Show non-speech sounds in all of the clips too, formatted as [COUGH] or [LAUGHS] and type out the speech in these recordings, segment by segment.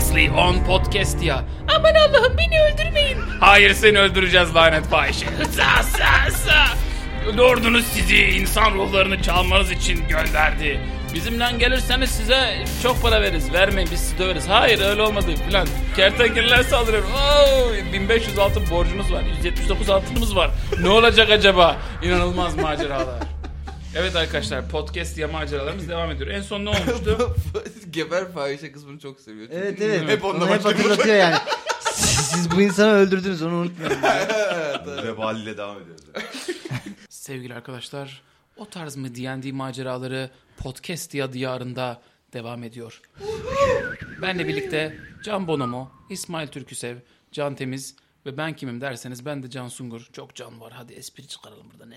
Story on Podcast ya. Aman Allah'ım beni öldürmeyin. Hayır seni öldüreceğiz lanet fahişe. [LAUGHS] Sa sa sa. Lordunuz sizi insan ruhlarını çalmanız için gönderdi. Bizimle gelirseniz size çok para veririz. Vermeyin biz sizi döveriz. Hayır öyle olmadı filan. Kertenkeleler saldırıyor. Oo, 1500 altın borcunuz var. 179 altınımız var. Ne olacak acaba? İnanılmaz maceralar. Evet arkadaşlar podcast ya maceralarımız devam ediyor. En son ne [LAUGHS] olmuştu? [LAUGHS] Geber fahişe kısmını çok seviyor. Çünkü Evet evet. Hep onunla Onu hep başlıyor. hatırlatıyor yani. Siz, siz bu insanı öldürdünüz onu unutmayın. Vebaliyle devam [LAUGHS] ediyoruz. Sevgili arkadaşlar, o tarz mı D&D maceraları podcast ya diyarında devam ediyor. Benle birlikte Can Bonomo, İsmail Türküsev, Can Temiz ve ben kimim derseniz ben de Can Sungur. Çok can var hadi espri çıkaralım buradan.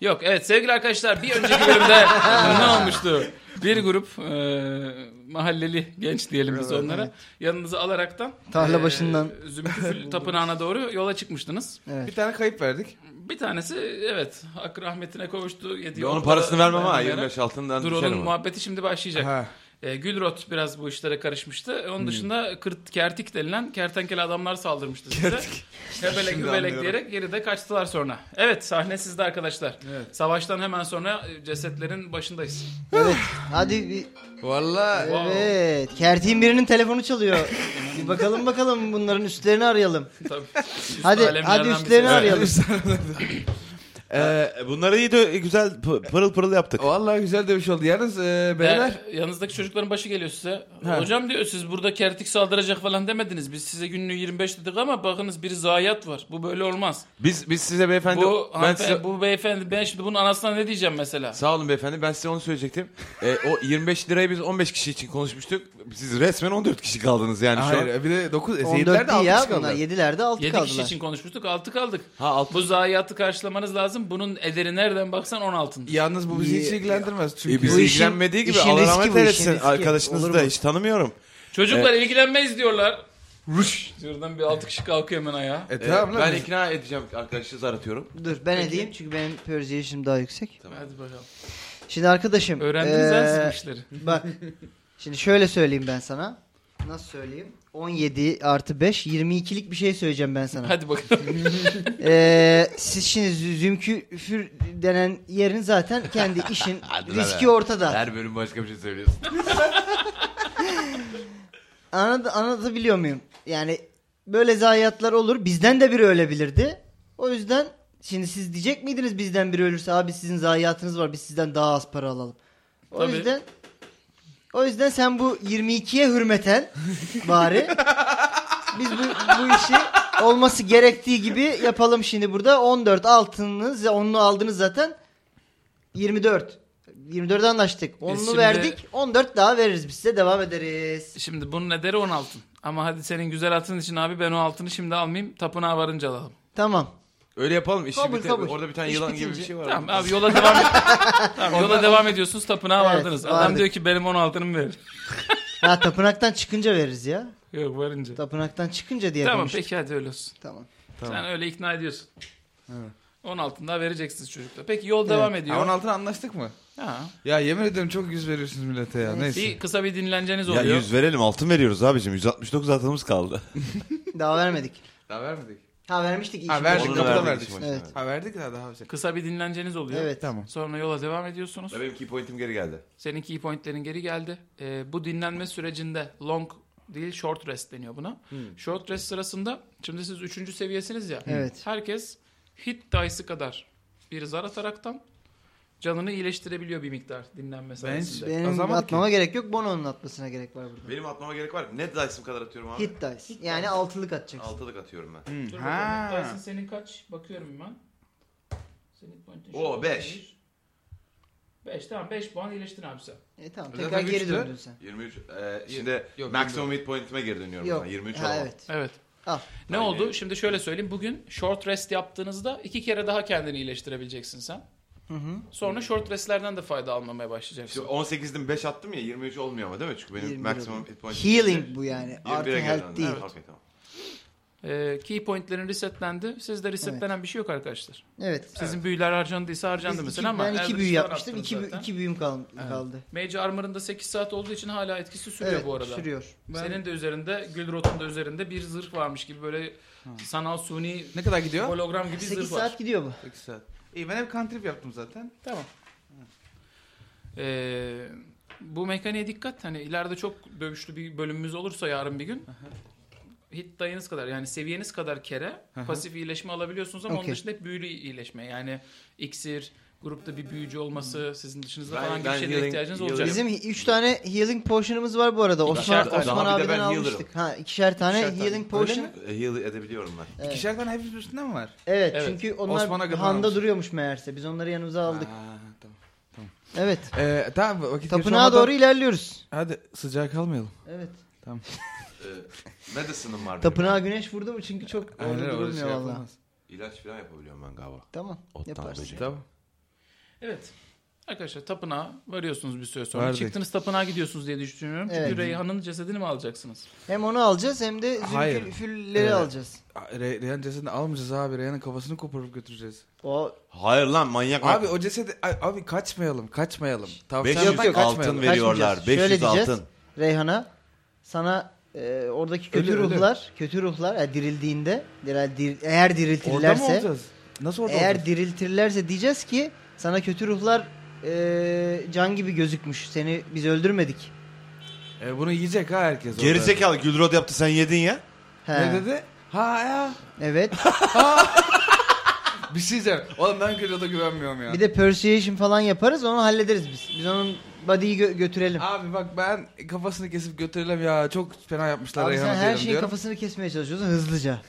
Yok evet sevgili arkadaşlar bir önceki bölümde [LAUGHS] ne olmuştu? Bir grup e, mahalleli genç diyelim biz onlara yanınıza alaraktan Tarla e, başından. Zümrütüfül Tapınağı'na doğru yola çıkmıştınız. Bir tane kayıp verdik. Bir tanesi evet hak rahmetine kavuştu. Yedi Ya onun yolda parasını vermem ha. vermem yere. 25 altından Dur düşerim onun ona. muhabbeti şimdi başlayacak. Ha. Ee, Gülrot biraz bu işlere karışmıştı. Hmm. Onun dışında kırt, kertik denilen kertenkele adamlar saldırmıştı size. Hebelek Şimdi hübelek anlıyorum. diyerek geri de kaçtılar sonra. Evet sahne sizde arkadaşlar. Savaştan hemen sonra e, cesetlerin başındayız. [LAUGHS] Evet. Hadi bir- Valla [LAUGHS] evet. Kertiğin birinin telefonu çalıyor. Bir bakalım bakalım bunların üstlerini arayalım. Tabii. Üst Hadi alemlerden hadi birisi. üstlerini arayalım. Ee, bunları iyi de güzel pı- pırıl pırıl yaptık. Valla güzel dövüş oldu. Yalnız e, beyler Ee, yanınızdaki çocukların başı geliyor size. Ha. Hocam diyor siz burada kertik saldıracak falan demediniz. Biz size günlüğü 25 dedik ama bakınız bir zayiat var. Bu böyle olmaz. Biz biz size beyefendi bu, ben hanımefendi- size bu beyefendi ben şimdi bunun anasına ne diyeceğim mesela? Sağ olun beyefendi. Ben size onu söyleyecektim. Ee, o 25 lirayı biz 15 kişi için konuşmuştuk. Siz resmen 14 kişi kaldınız yani şu an. Hayır bir de 9 seyirler 14 de değil 6 ya bunlar. kaldı. 7'lerde 6 7 kişi kaldılar. için konuşmuştuk 6 kaldık. Ha altı. Bu zayiatı karşılamanız lazım. Bunun ederi nereden baksan 16'ın. Yalnız bu bizi Ye- hiç ilgilendirmez. Çünkü E, bizi işin- ilgilenmediği gibi işin Allah riski rahmet bu, işin eylesin. riski. Arkadaşınızı Olur da mu? hiç tanımıyorum. Çocuklar ilgilenmeyiz diyorlar. Ruş. Şuradan bir 6 kişi kalkıyor hemen ayağa. E, Ee, tamam lan. ben biz- ikna edeceğim arkadaşınızı aratıyorum. Dur ben edeyim çünkü benim persuasion'ım daha yüksek. Hadi bakalım. Şimdi arkadaşım. Öğrendiniz eee, ee... siz bu işleri. Bak. Şimdi şöyle söyleyeyim ben sana. Nasıl söyleyeyim? 17 artı 5 22'lik bir şey söyleyeceğim ben sana. Hadi bakalım. [LAUGHS] Ee, siz şimdi zü- zümküfür denen yerin zaten kendi işin [LAUGHS] Hadi lan riski be. ortada. Her bölüm başka bir şey söylüyorsun. Anladı, anlatabiliyor muyum? Yani böyle zayiatlar olur. Bizden de biri ölebilirdi. O yüzden şimdi siz diyecek miydiniz bizden biri ölürse abi sizin zayiatınız var biz sizden daha az para alalım. O Tabii. yüzden o yüzden sen bu 22'ye hürmeten bari biz bu, bu işi olması gerektiği gibi yapalım şimdi burada. 14 altınınız onunu aldınız zaten. 24. 24'e anlaştık. Onunu E şimdi- verdik. 14 daha veririz biz size devam ederiz. şimdi bunun ederi 16. Ama hadi senin güzel atın için abi ben o altını şimdi almayayım. Tapınağa varınca alalım. Tamam. Öyle yapalım. işi Kabul, bite- kabul. Orada bir tane İş yılan gibi bitince. bir şey var. Tamam abi yola devam tamam, yola devam ediyorsunuz tapınağa Evet, vardınız. Adam vardık. diyor ki benim 16'nımı ver. [LAUGHS] Ya tapınaktan çıkınca veririz ya. Yok varınca. Tapınaktan çıkınca diye Tamam tamam, peki hadi öyle olsun. Tamam. Sen öyle ikna ediyorsun. 16'ını daha vereceksiniz çocukla. Peki yol devam ediyor. Ha, 16'ına anlaştık mı? Ha. Ya yemin ediyorum çok yüz veriyorsunuz millete ya. Neyse. Bir kısa bir dinleneceğiniz Ya oluyor. yüz verelim altın veriyoruz abicim. 169 altınımız kaldı. Daha vermedik. Daha vermedik. Ha vermiştik. iyi Ha şimdi. verdik Onu kapıda şey verdik verdik. işte. Evet. Ha verdik daha şey. daha güzel. Kısa bir dinleneceğiniz oluyor. Evet. Tamam. Sonra yola devam ediyorsunuz. Benim key point'im geri geldi. Seninki iyi pointlerin geri geldi. Ee, bu dinlenme sürecinde long değil short rest deniyor buna. Hmm. Short rest sırasında şimdi siz 3. seviyesiniz ya. Evet. Herkes hit dice'ı kadar bir zar ataraktan canını iyileştirebiliyor bir miktar dinlenme sırasında. O Benim zaman atmama gerek yok. Bono'nun atmasına gerek var burada. Benim atmama gerek var mı? Ne dice'ım kadar atıyorum abi? Hit dice. Yani altılık atacaksın. Altılık atıyorum ben. Dur Ha. bakalım. Dyson senin kaç? Bakıyorum ben. Senin pointin Oo, beş. 5 tamam 5 puan iyileştin abi sen. E tamam Zaten tekrar geri güçlü. döndün sen. 23. e, şimdi Yok, maximum hit point'ime geri dönüyorum. Yok. ben. 23 ha, olamam. evet. Ah, Evet. Al. Ne Aynen. oldu? Şimdi şöyle söyleyeyim. Bugün short rest yaptığınızda iki kere daha kendini iyileştirebileceksin sen. Sonra short restlerden de fayda almamaya başlayacaksın. Şimdi 18'den 5 attım ya 23 olmuyor ama değil mi? Çünkü benim 21 maximum oluyor. hit pointim. Healing bu yani. 21'e Artı geri health döndü. değil. Okey tamam. Ee, key pointlerin resetlendi. Sizde resetlenen bir şey yok arkadaşlar. Evet. Sizin büyüler harcandıysa harcandı Biz mesela iki- ama. ben iki Eldritch büyü War yapmıştım. attınız İki, bü- zaten. iki büyüm kal- Evet. kaldı. Mage Armor'ın da 8 saat olduğu için hala etkisi sürüyor evet, bu arada. Sürüyor. Ben- Senin de üzerinde, Gülrot'un da üzerinde bir zırh varmış gibi böyle sanal suni Ne kadar gidiyor? hologram gibi zırh 8 var. saat gidiyor bu. 8 saat. İyi ben hep cantrip yaptım zaten. Tamam. Ee, bu mekaniğe dikkat. Hani ileride çok dövüşlü bir bölümümüz olursa yarın bir gün. Hit dayınız kadar yani seviyeniz kadar kere Aha. pasif iyileşme alabiliyorsunuz ama onun Okey. dışında hep büyülü iyileşme. Yani iksir, grupta bir büyücü olması, sizin dışınızda Ben- falan gibi ben şeylere healing- ihtiyacınız healing- olacak. Bizim 3 tane healing potion'ımız var bu arada. Osman, İkişer tane. Osman Daha bir de abiden ben healer'ım. almıştık. Ha, ikişer tane İkişer tane. healing potion. E, Heal edebiliyorum ben. Evet. İkişer tane hepimiz üstünde mi var? Evet, Evet. çünkü onlar Osman'a kadar handa almış. duruyormuş meğerse. Biz onları yanımıza aldık. Aa, tamam. Evet. Ee, tamam vakit Tapınağa doğru ilerliyoruz. Hadi sıcak kalmayalım. Evet. E, [LAUGHS] Medicine'ım var. Tapınağa güneş vurdu mu? Çünkü çok orada şey durulmuyor valla. benim. İlaç falan yapabiliyorum ben galiba. şey. Tamam. Ottan Yaparsın. böcek. Tamam. Evet. Arkadaşlar tapınağa varıyorsunuz bir süre sonra. Vardık. Çıktınız tapınağa gidiyorsunuz diye düşünüyorum. Evet. Çünkü Reyhan'ın cesedini mi alacaksınız? Hem onu alacağız hem de Hayır. zülfülleri Evet. alacağız. Aa, Re- Reyhan cesedini almayacağız abi. Reyhan'ın kafasını koparıp götüreceğiz. O Hayır lan manyak Abi abi. o cesedi... Ay, Abi kaçmayalım. Kaçmayalım. Tavşan 500 Yapmayın, altın şey kaçmayalım. veriyorlar. Kaçmayacağız. 500 Şöyle diyeceğiz. altın. Reyhan'a sana e, oradaki kötü Ölü, ölü. ruhlar, kötü ruhlar e, dirildiğinde, diril- dir- eğer Orada mı diriltirlerse, olacağız? Nasıl orada eğer olacağız? diriltirlerse diyeceğiz ki sana kötü ruhlar e, can gibi gözükmüş. Seni biz öldürmedik. E, bunu yiyecek ha herkes orada. Gerizekalı Gülrod yaptı sen yedin ya. He. Ne dedi? Ha ya. Evet. Bir şey diyeceğim. Oğlum ben Gülrot'a güvenmiyorum ya. Bir de persuasion falan yaparız onu hallederiz biz. Biz onun body'yi gö- götürelim. Abi bak ben kafasını kesip götürelim ya. Çok fena yapmışlar Abi Reyhan'a sen her diyelim şeyin diyorum. kafasını kesmeye çalışıyorsun hızlıca.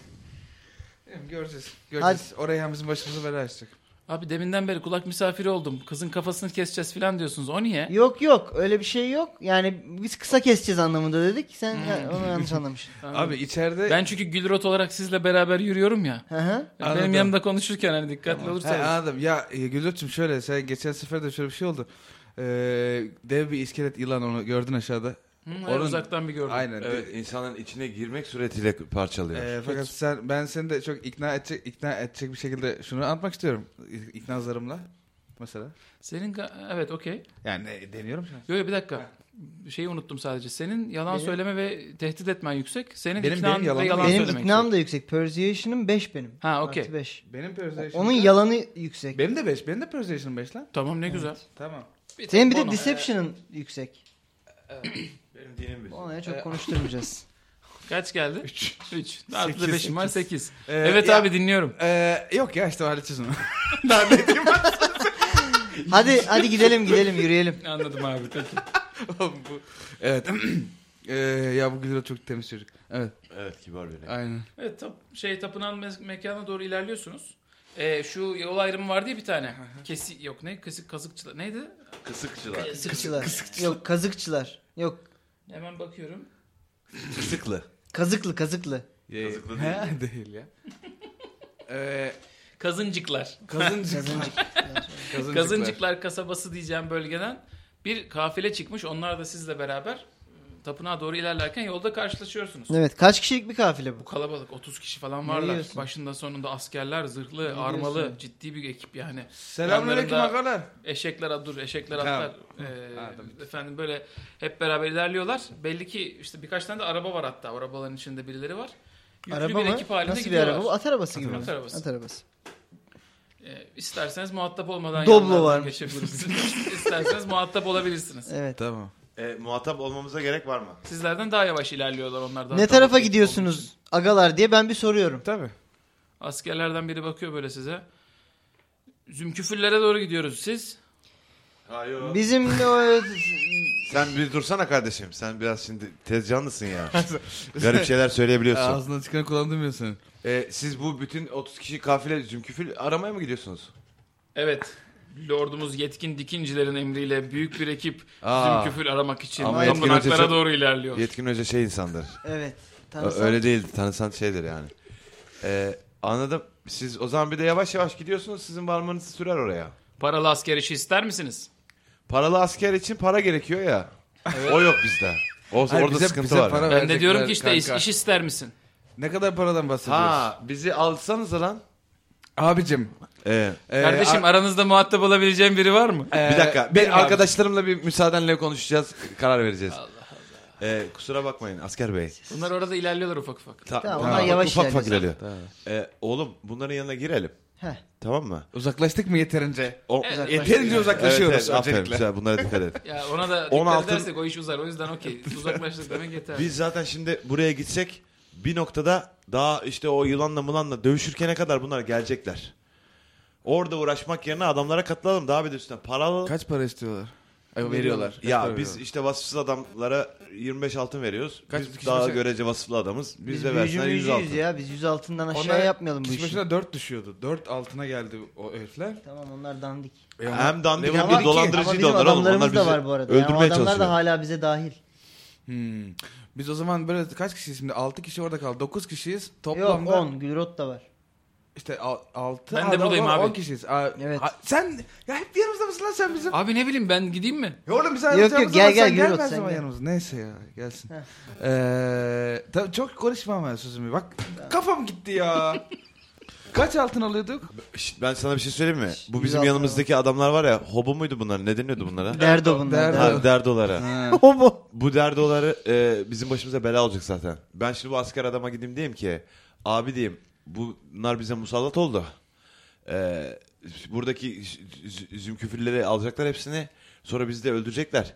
Göreceğiz. Göreceğiz. O Reyhan bizim başımızı bela açacak. Abi deminden beri kulak misafiri oldum. Kızın kafasını keseceğiz falan diyorsunuz. O niye? Yok yok öyle bir şey yok. Yani biz kısa keseceğiz anlamında dedik. Sen ya- onu yanlış anlamışsın. Abi içeride... Ben çünkü Gülrot olarak sizle beraber yürüyorum ya. Hı hı. Benim Anladım. yanımda konuşurken hani dikkatli olursanız. He, anladım. Ya e, Gülrot'cum şöyle sen geçen sefer de şöyle bir şey oldu. Ee, dev bir iskelet yılan onu gördün aşağıda. Hı, evet, Onun- uzaktan bir gördüm. Aynen. Evet, Ee, insanların içine girmek suretiyle parçalıyor. Ee, fakat sen ben seni de çok ikna edecek ikna edecek bir şekilde şunu anlatmak istiyorum. İ- İkna zarımla mesela. Senin ga- evet okey. Yani e, deniyorum şu an. Yok yok, bir dakika. Şeyi unuttum sadece. Senin yalan Benim- söyleme ve tehdit etmen yüksek. Senin Benim- iknan benim yalan- ve yalan Benim söylemek iknam yüksek. da yüksek. Persuasion'ım 5 benim. Ha Artı okey. beş. Benim O- persuasion. Onun yalanı yüksek. benim de 5. Benim de persuasion 5 lan. Tamam ne güzel. Tamam. Bir Senin bir tek de bono. deception'ın yüksek. Benim dinim bir. Ona Ee, çok konuşturmayacağız. Kaç geldi? 3. 3. Daha da Sekiz, 5'im var 8. Ee, Evet ya- abi dinliyorum. Ee, yok ya işte halledeceğiz onu. [LAUGHS] hadi hadi gidelim gidelim yürüyelim. Anladım abi peki. Bu- evet. [CLEARS THROAT] Ee, ya bu Gülrot çok temiz çocuk. Evet. Evet kibar biri. Aynen. Evet tap- şey tapınan me- mekana doğru ilerliyorsunuz. Ee, şu yol ayrımı vardı ya bir tane. Kesi yok ne? Kesik kazıkçılar. Neydi? Kısıkçılar. Kazıkçılar. Yok kazıkçılar. Yok Hemen bakıyorum. Kısıklı. kazıklı kazıklı. Yazıklı He, [LAUGHS] değil ya. ee, Kazıncıklar. [LAUGHS] kazıncık. Kazıncıklar. Kazıncıklar. Kazıncıklar kasabası diyeceğim bölgeden bir kafile çıkmış. Onlar da sizle beraber e, tapınağa doğru ilerlerken yolda karşılaşıyorsunuz. evet kaç kişilik bir kafile bu? Bu kalabalık 30 kişi falan Ne varlar. diyorsun? Başında sonunda askerler, zırhlı, Ne armalı, diyorsun? ciddi bir ekip yani. Selamünaleyküm Yanlarında- akalar. Eşekler at- dur, eşekler Tamam. atlar. Ee, Anladım. efendim böyle hep beraber ilerliyorlar. Belli ki işte birkaç tane de araba var hatta. Arabaların içinde birileri var. Yüklü Araba bir mı? ekip halinde Nasıl bir gidiyorlar. araba bu? At arabası gibi. At arabası. At arabası. Ee, isterseniz muhatap olmadan Doblo yanlardan varmış. geçebilirsiniz. [LAUGHS] isterseniz muhatap olabilirsiniz. Evet. Tamam. E, muhatap olmamıza gerek var mı? Sizlerden daha yavaş ilerliyorlar onlar daha Ne kalabalık tarafa olduğu için. gidiyorsunuz agalar diye ben bir soruyorum. Tabii. Askerlerden biri bakıyor böyle size. Zümküfürlere doğru gidiyoruz siz. Hayır. Bizim de o Sen bir dursana kardeşim. Sen biraz şimdi tezcanlısın ya. Garip şeyler söyleyebiliyorsun. Ağzından çıkanı kulağın duymuyor senin. E, siz bu bütün 30 kişi kafile zümküfül aramaya mı gidiyorsunuz? Evet. Lordumuz yetkin dikincilerin emriyle büyük bir ekip Aa. zümküfür aramak için Ama yetkin tapınaklara ötesi- doğru ilerliyor. Yetkin Hoca şey insandır. evet. Ö- Tanısan. Öyle değil. Tanısan şeydir yani. E, anladım. Siz o zaman bir de yavaş yavaş gidiyorsunuz. Sizin varmanız sürer oraya. Paralı asker işi ister misiniz? Paralı asker için para gerekiyor ya. O yok bizde. O, Hayır, orada bize- sıkıntı bize var. para yani. Ben de Verecekler diyorum ki işte iş, kanka. iş ister misin? Ne kadar paradan bahsediyoruz? Ha bizi alsanız lan. Abicim. Ee, e, Kardeşim a- aranızda muhatap olabileceğim biri var mı? e, bir dakika. Ben benim abi- arkadaşlarımla bir müsaadenle konuşacağız. Karar vereceğiz. Ee, kusura bakmayın asker bey. Bunlar orada ilerliyorlar ufak ufak. Ta- Tamam, onlar yavaş ufak ufak ilerliyor. ilerliyor. Ee, oğlum bunların yanına girelim. Heh. Tamam mı? Uzaklaştık mı yeterince? O- Yeterince uzaklaşıyoruz Evet, evet, aferin. öncelikle. Güzel, bunlara dikkat edin. Ya ona da dikkat 16 edersek o iş uzar. O yüzden [LAUGHS] okey. Uzaklaştık demek yeter. Biz zaten şimdi buraya gitsek bir noktada daha işte o yılanla mılanla dövüşürkene kadar bunlar gelecekler. Orada uğraşmak yerine adamlara katılalım. Daha bir de üstüne para alalım. Kaç para istiyorlar? Ay, E, veriyorlar. Kaç para ya biz veriyorlar? işte vasıfsız adamlara 25 altın veriyoruz. Kaç biz kişi daha mesela? görece vasıflı adamız. Biz, Biz de büyücü versinler 100 büyücüyüz altın. ya. Biz 100 altından aşağı Onlar yapmayalım bu kişi işi. başına 4 düşüyordu. 4 altına geldi o herifler. Tamam onlar dandik. E ama- Hem dandik Level hem bir de iki. dolandırıcı Ama da bizim onlar oğlum. Onlar adamlarımız bizi da var bu arada. Yani o öldürmeye adamlar çalışıyor. da hala bize dahil. Hmm. Biz o zaman böyle kaç kişiyiz şimdi? 6 kişi orada kaldı. 9 kişiyiz. Yok Toplamda 10. Gülrot da var. işte 6 Ben de buradayım abi. 10 kişiyiz. Aa, Evet. ha- sen ya hep yanımızda mısın lan sen bizim? Abi ne bileyim ben gideyim mi? Ya oğlum biz Yok, aramızda yok, yalnız gel, ama gel, sen Gürol, gelmez sen ama gel. yanımıza. Neyse ya gelsin. Heh. Ee, tabii çok konuşma ama sözümü. Bak kafam gitti [LAUGHS] ya. Kaç altın alıyorduk? Şşt, ben sana bir şey söyleyeyim mi? Bu Yüz bizim altın yanımızdaki adamlar var ya. Hobo muydu bunlar? Ne deniyordu bunlara? Derdo bunlar. Derdo. Derdo. ha, derdolara. [LAUGHS] Homo. Bu derdoları e, bizim başımıza bela olacak zaten. Ben şimdi bu asker adama gideyim diyeyim ki abi diyeyim bunlar bize musallat oldu. E, buradaki z- z- zümküfürleri alacaklar hepsini. Sonra bizi de öldürecekler.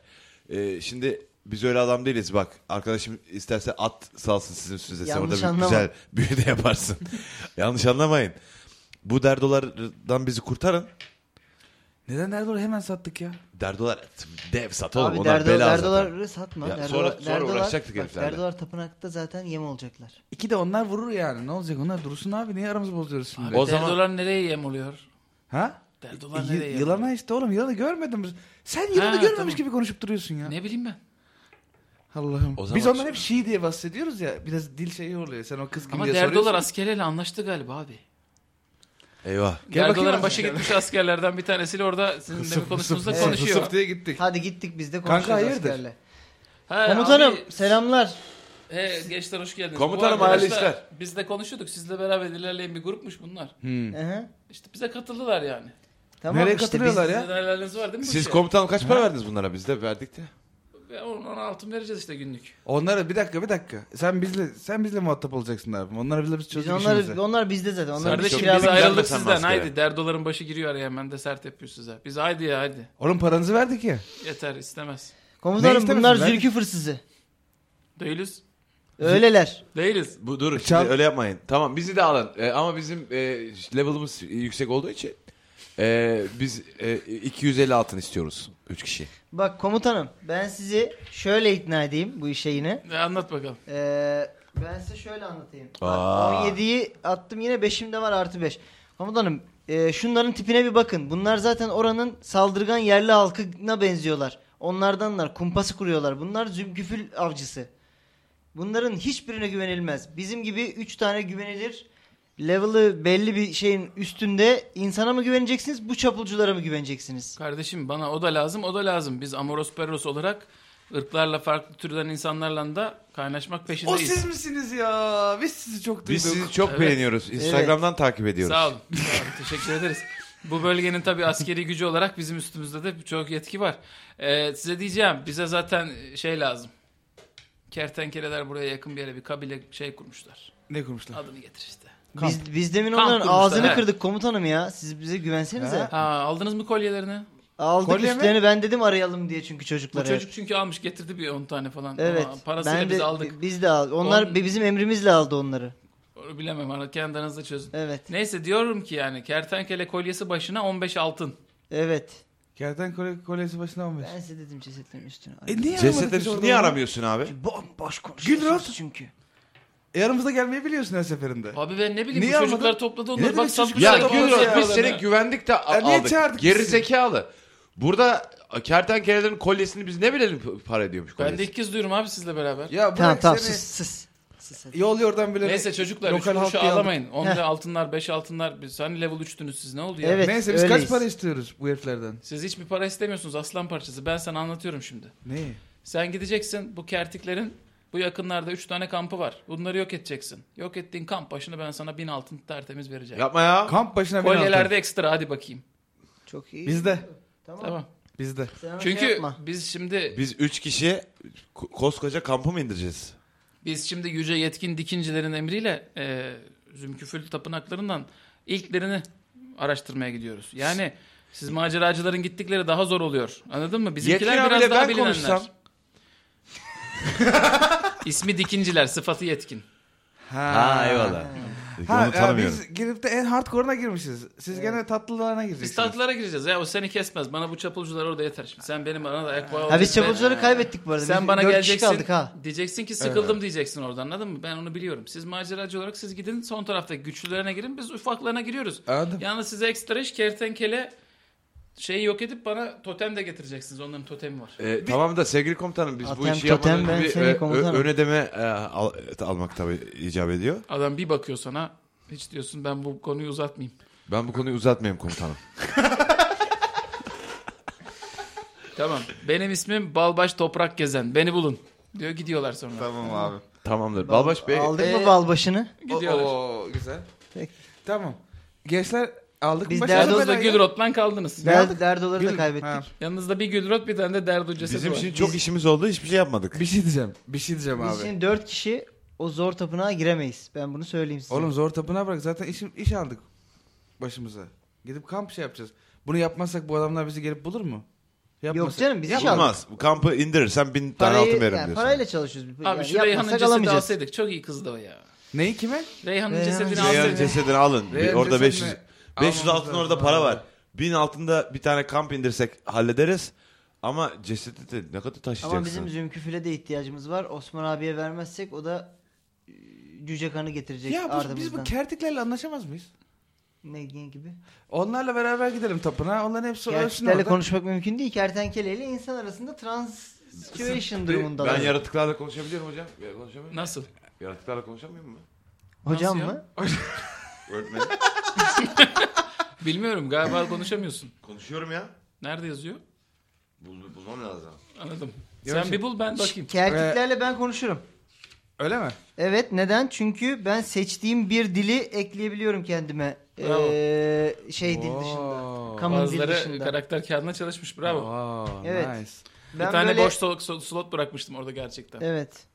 E, şimdi biz öyle adam değiliz bak. Arkadaşım isterse at salsın sizin üstünüze. Sen Yanlış orada bir anlama. güzel [LAUGHS] büyü de yaparsın. [LAUGHS] Yanlış anlamayın. Bu derdolardan bizi kurtarın. Neden Erdoğan'ı hemen sattık ya? Derdolar dev sat oğlum. Abi onlar derdo, bela zaten. derdoları satma. Ya derdo, sonra- sonra derdolar, uğraşacaktık bak, heriflerle. Derdolar tapınakta zaten yem olacaklar. İki de onlar vurur yani. Ne olacak? Onlar dursun abi. Niye aramızı bozuyoruz şimdi? o O zaman- Derdolar nereye yem oluyor? Ha? Derdolar Y- nereye yem yılanı oluyor? işte oğlum. Yılanı görmedin mi? Sen yılanı Ha, görmemiş tamam. gibi konuşup duruyorsun ya. Ne bileyim ben. Allah'ım. O zaman- Biz ondan hep şii diye bahsediyoruz ya. Biraz dil şeyi oluyor. Sen o kız kim Ama diye Derdolar soruyorsun. askerlerle anlaştı galiba abi. Eyvah. Gel bakayım Derdoların abi. başı gitmiş askerlerden bir tanesiyle orada sizin demin konuştuğunuzda hısıf, konuşuyor. Sırf diye gittik. Hadi gittik biz de E, Kanka, konuşacağız hayırdır? askerle. Ha, Komutanım E, abi, selamlar. He, gençler hoş geldiniz. Komutanım, Bu arkadaşlar, hayırlı işler. Biz de konuşuyorduk. Sizle beraber ilerleyen bir grupmuş bunlar. Hmm. Aha. İşte bize katıldılar yani. Tamam Nereye işte katılıyorlar biz- ya? Sizin hayalleriniz var değil mi? şey? bu Siz işe? komutanım kaç para verdiniz bunlara? Biz de verdik de. Ve on- Ona altın vereceğiz işte günlük. Onlara bir dakika bir dakika. Sen bizle sen bizle muhatap olacaksın abim. Onlara bizle biz Biz çözdük işimizi. onlar, onlar bizde zaten. Onlar Kardeşim çok- biz Sen ayrıldık bakmasan sizden. maskeye. Haydi derdoların başı giriyor araya hemen de sert yapıyor size. Biz haydi ya haydi. Oğlum paranızı verdik ya. Yeter istemez. Ne Komutanım istemezsin bunlar lan? zülkü fırsızı. Değiliz. Öyleler. Değiliz. Bu dur şimdi Çal- öyle yapmayın. Tamam bizi de alın. Ee, ama bizim e, level'ımız yüksek olduğu için e, biz e, 250 altın istiyoruz 3 kişi. Bak komutanım ben sizi şöyle ikna edeyim bu işe yine. E, anlat bakalım. Ee, ben size şöyle anlatayım. Bak, Aa. 17'yi attım yine 5'im de var artı 5. Komutanım e, şunların tipine bir bakın. Bunlar zaten oranın saldırgan yerli halkına benziyorlar. Onlardanlar kumpası kuruyorlar. Bunlar zümküfül avcısı. Bunların hiçbirine güvenilmez. Bizim gibi 3 tane güvenilir level'ı belli bir şeyin üstünde insana mı güveneceksiniz bu çapulculara mı güveneceksiniz? Kardeşim bana o da lazım o da lazım. Biz Amoros Perros olarak ırklarla farklı türden insanlarla da kaynaşmak O peşindeyiz. siz misiniz ya? Biz sizi çok duyduk. Biz sizi çok Evet. beğeniyoruz. Instagram'dan takip ediyoruz. Sağ olun. Sağ olun. Teşekkür ederiz. Bu bölgenin tabii askeri gücü olarak bizim üstümüzde de çok yetki var. Ee, size diyeceğim bize zaten şey lazım. Kertenkeleler buraya yakın bir yere bir kabile şey kurmuşlar. Ne kurmuşlar? Adını getir işte. Biz, biz demin Kamp onların kurmuşlar, ağzını evet. kırdık komutanım ya. Siz bize güvensenize. Ha. Ha, aldınız mı kolyelerini? Aldık Kolye mi? üstlerini ben dedim arayalım diye çünkü Bu çocuklara. çocuk çünkü almış getirdi bir 10 tane falan. Evet. Ama parasıyla ben de- biz aldık. bi- Biz de aldık. Onlar On- bi- bizim emrimizle aldı onları. Onu bilemem. Ara- Kendi aranızda çözün. Evet. Neyse diyorum ki yani kertenkele kolyesi başına 15 altın. Evet. Kerten kole, kolesi başına 15. Ben size dedim cesetlerin üstüne. E niye aramadık Cesetler biz üstü orada niye onu? aramıyorsun abi? Bomboş Gülrot. konuşuyorsunuz çünkü. E aramızda gelmeyi biliyorsun her seferinde. Abi ben ne bileyim Niye bu almadın? çocuklar topladı Ne onları. demek Bak çocuk- sapıklar Ya gibi Güzel Gülrot, konuşuyor yapıyorlar biz adam seni ya. güvendik de Ya niye aldık. çağırdık Geri bizi? zekalı. Burada kertenkelelerin kolyesini biz ne bilelim para ediyormuş Ben kolyesi. de ilk kez duyuyorum abi sizle beraber. Ya bırak Tamam tamam seni. sus sus. Sus hadi. Yol yordan bile. Neyse çocuklar 3 Lokal kuruşu halkı ağlamayın. 10 Heh. altınlar 5 altınlar. Biz hani level 3'tünüz siz ne oldu ya? Evet. Neyse biz kaç öyleyiz. para istiyoruz bu heriflerden? Siz hiçbir para istemiyorsunuz aslan parçası. Ben sana anlatıyorum şimdi. Neyi? Sen gideceksin bu kertiklerin Bu yakınlarda 3 tane kampı var. Bunları yok edeceksin. Yok ettiğin kamp başına ben sana 1000 altın tertemiz vereceğim. Yapma ya. Kamp başına bin altı. Kolyelerde ekstra hadi bakayım. Çok iyi. Bizde. Tamam. Tamam. Bizde. Sen ama Çünkü şey yapma. biz şimdi Biz üç kişi ko- koskoca kampı mı indireceğiz? biz şimdi yüce yetkin dikincilerin emriyle e, Zümküfül tapınaklarından ilklerini araştırmaya gidiyoruz. Yani siz maceracıların gittikleri daha zor oluyor. Anladın mı? Bizimkiler Yetkin biraz abiyle daha ben bilinenler. konuşsam. [LAUGHS] İsmi dikinciler, sıfatı yetkin. Ha, eyvallah. Ha, Onu ya tanımıyorum. biz girip de en hardcore'una girmişiz. Siz gene tatlılarına gireceksiniz. Biz tatlılara gireceğiz ya o seni kesmez. Bana bu çapulcular orada yeter. Şimdi sen benim arana da ayak bağı Ha oldun. biz çapulcuları Ben- kaybettik bu arada. Sen Biz bana dört geleceksin. Kişi kaldık ha. Diyeceksin ki sıkıldım diyeceksin orada anladın mı? Ben onu biliyorum. Siz maceracı olarak siz gidin son taraftaki güçlülerine girin. Biz ufaklarına [LAUGHS] giriyoruz. [LAUGHS] Anladım. Yalnız size ekstra iş kertenkele şeyi yok edip bana totem de getireceksiniz. Onların totemi var. Ee, Tamam da sevgili komutanım biz bu Atem, işi yapmadan totem, ben önce bir seni e, ö- komutanım. ön ödeme e, al- almak tabii icap ediyor. Adam bir bakıyor sana. Hiç diyorsun ben bu konuyu uzatmayayım. Ben bu konuyu uzatmayayım komutanım. Tamam. Benim ismim Balbaş Toprak Gezen. Beni bulun. Diyor gidiyorlar sonra. [LAUGHS] Tamam abi. Tamamdır. Balbaş Bey. Aldık mı Ee, bal başını? Gidiyorlar. Oo, güzel. Peki. Tamam. Gençler aldık Biz mı? derdi Yanınızda Başarı gül rotlan kaldınız. Ne Der, aldık? derdoları belaya- da kaybettik. Ha. Yanınızda bir gül rot bir tane de derdo cesedi Bizim var. şimdi çok işimiz oldu hiçbir şey yapmadık. Bir şey diyeceğim. Bir şey diyeceğim Biz abi. şimdi dört kişi o zor tapınağa giremeyiz. Ben bunu söyleyeyim size. Oğlum zor tapına bırak. Zaten iş, iş aldık başımıza. Gidip kamp şey yapacağız. Bunu yapmazsak bu adamlar bizi gelip bulur mu? Yok Yapmasak. canım biz hiç aldık. Olmaz. Bu kampı indirirsen bin tane şey Parayı- altın veririm yani diyorsun. parayla çalışıyoruz. Abi biz. Yani şu Reyhan'ın yapmasak cesedini alamayacağız. alsaydık çok iyi kızdı o ya. Neyi kime? Reyhan'ın Reyhan'ın cesedini cesedini- Reyhan alsaydık. cesedini alın. Bir Reyhan orada cesedini 500 500 almamız altın lazım orada abi. para var. 1000 altında bir tane kamp indirsek hallederiz. Ama cesedi de ne kadar taşıyacaksın? Ama bizim Zümküfül'e de ihtiyacımız var. Osman abiye vermezsek o da e, cüce kanı getirecek Ya bu, biz ardımızdan. bu kertiklerle anlaşamaz mıyız? Ne ne gibi? Onlarla beraber gidelim tapına. Onların hepsi ölsün Kertenkeleyle orada. konuşmak mümkün değil. Kertenkeleyle insan arasında transsituation durumunda. Ben yaratıklarla konuşabiliyorum hocam. Ya, konuşamıyorum. Nasıl? Yaratıklarla konuşamıyor mu? Hocam Nasıl ya? mı? [LAUGHS] Öğretmenim. Bilmiyorum galiba konuşamıyorsun. Konuşuyorum ya. Nerede yazıyor? Bul, bulmam lazım. Anladım. Yok, Sen bir bul ben bakayım. Şş, Ee, Kertiklerle ben konuşurum. Öyle mi? Evet neden? Çünkü ben seçtiğim bir dili ekleyebiliyorum kendime. Bravo. Ee, şey dil dışında. Wow. Common dil Bazıları dışında. karakter kağıdına çalışmış bravo. Wow, Evet. Ee, Nice. Ben bir tane böyle- boş sol- sol- slot bırakmıştım orada gerçekten. Evet.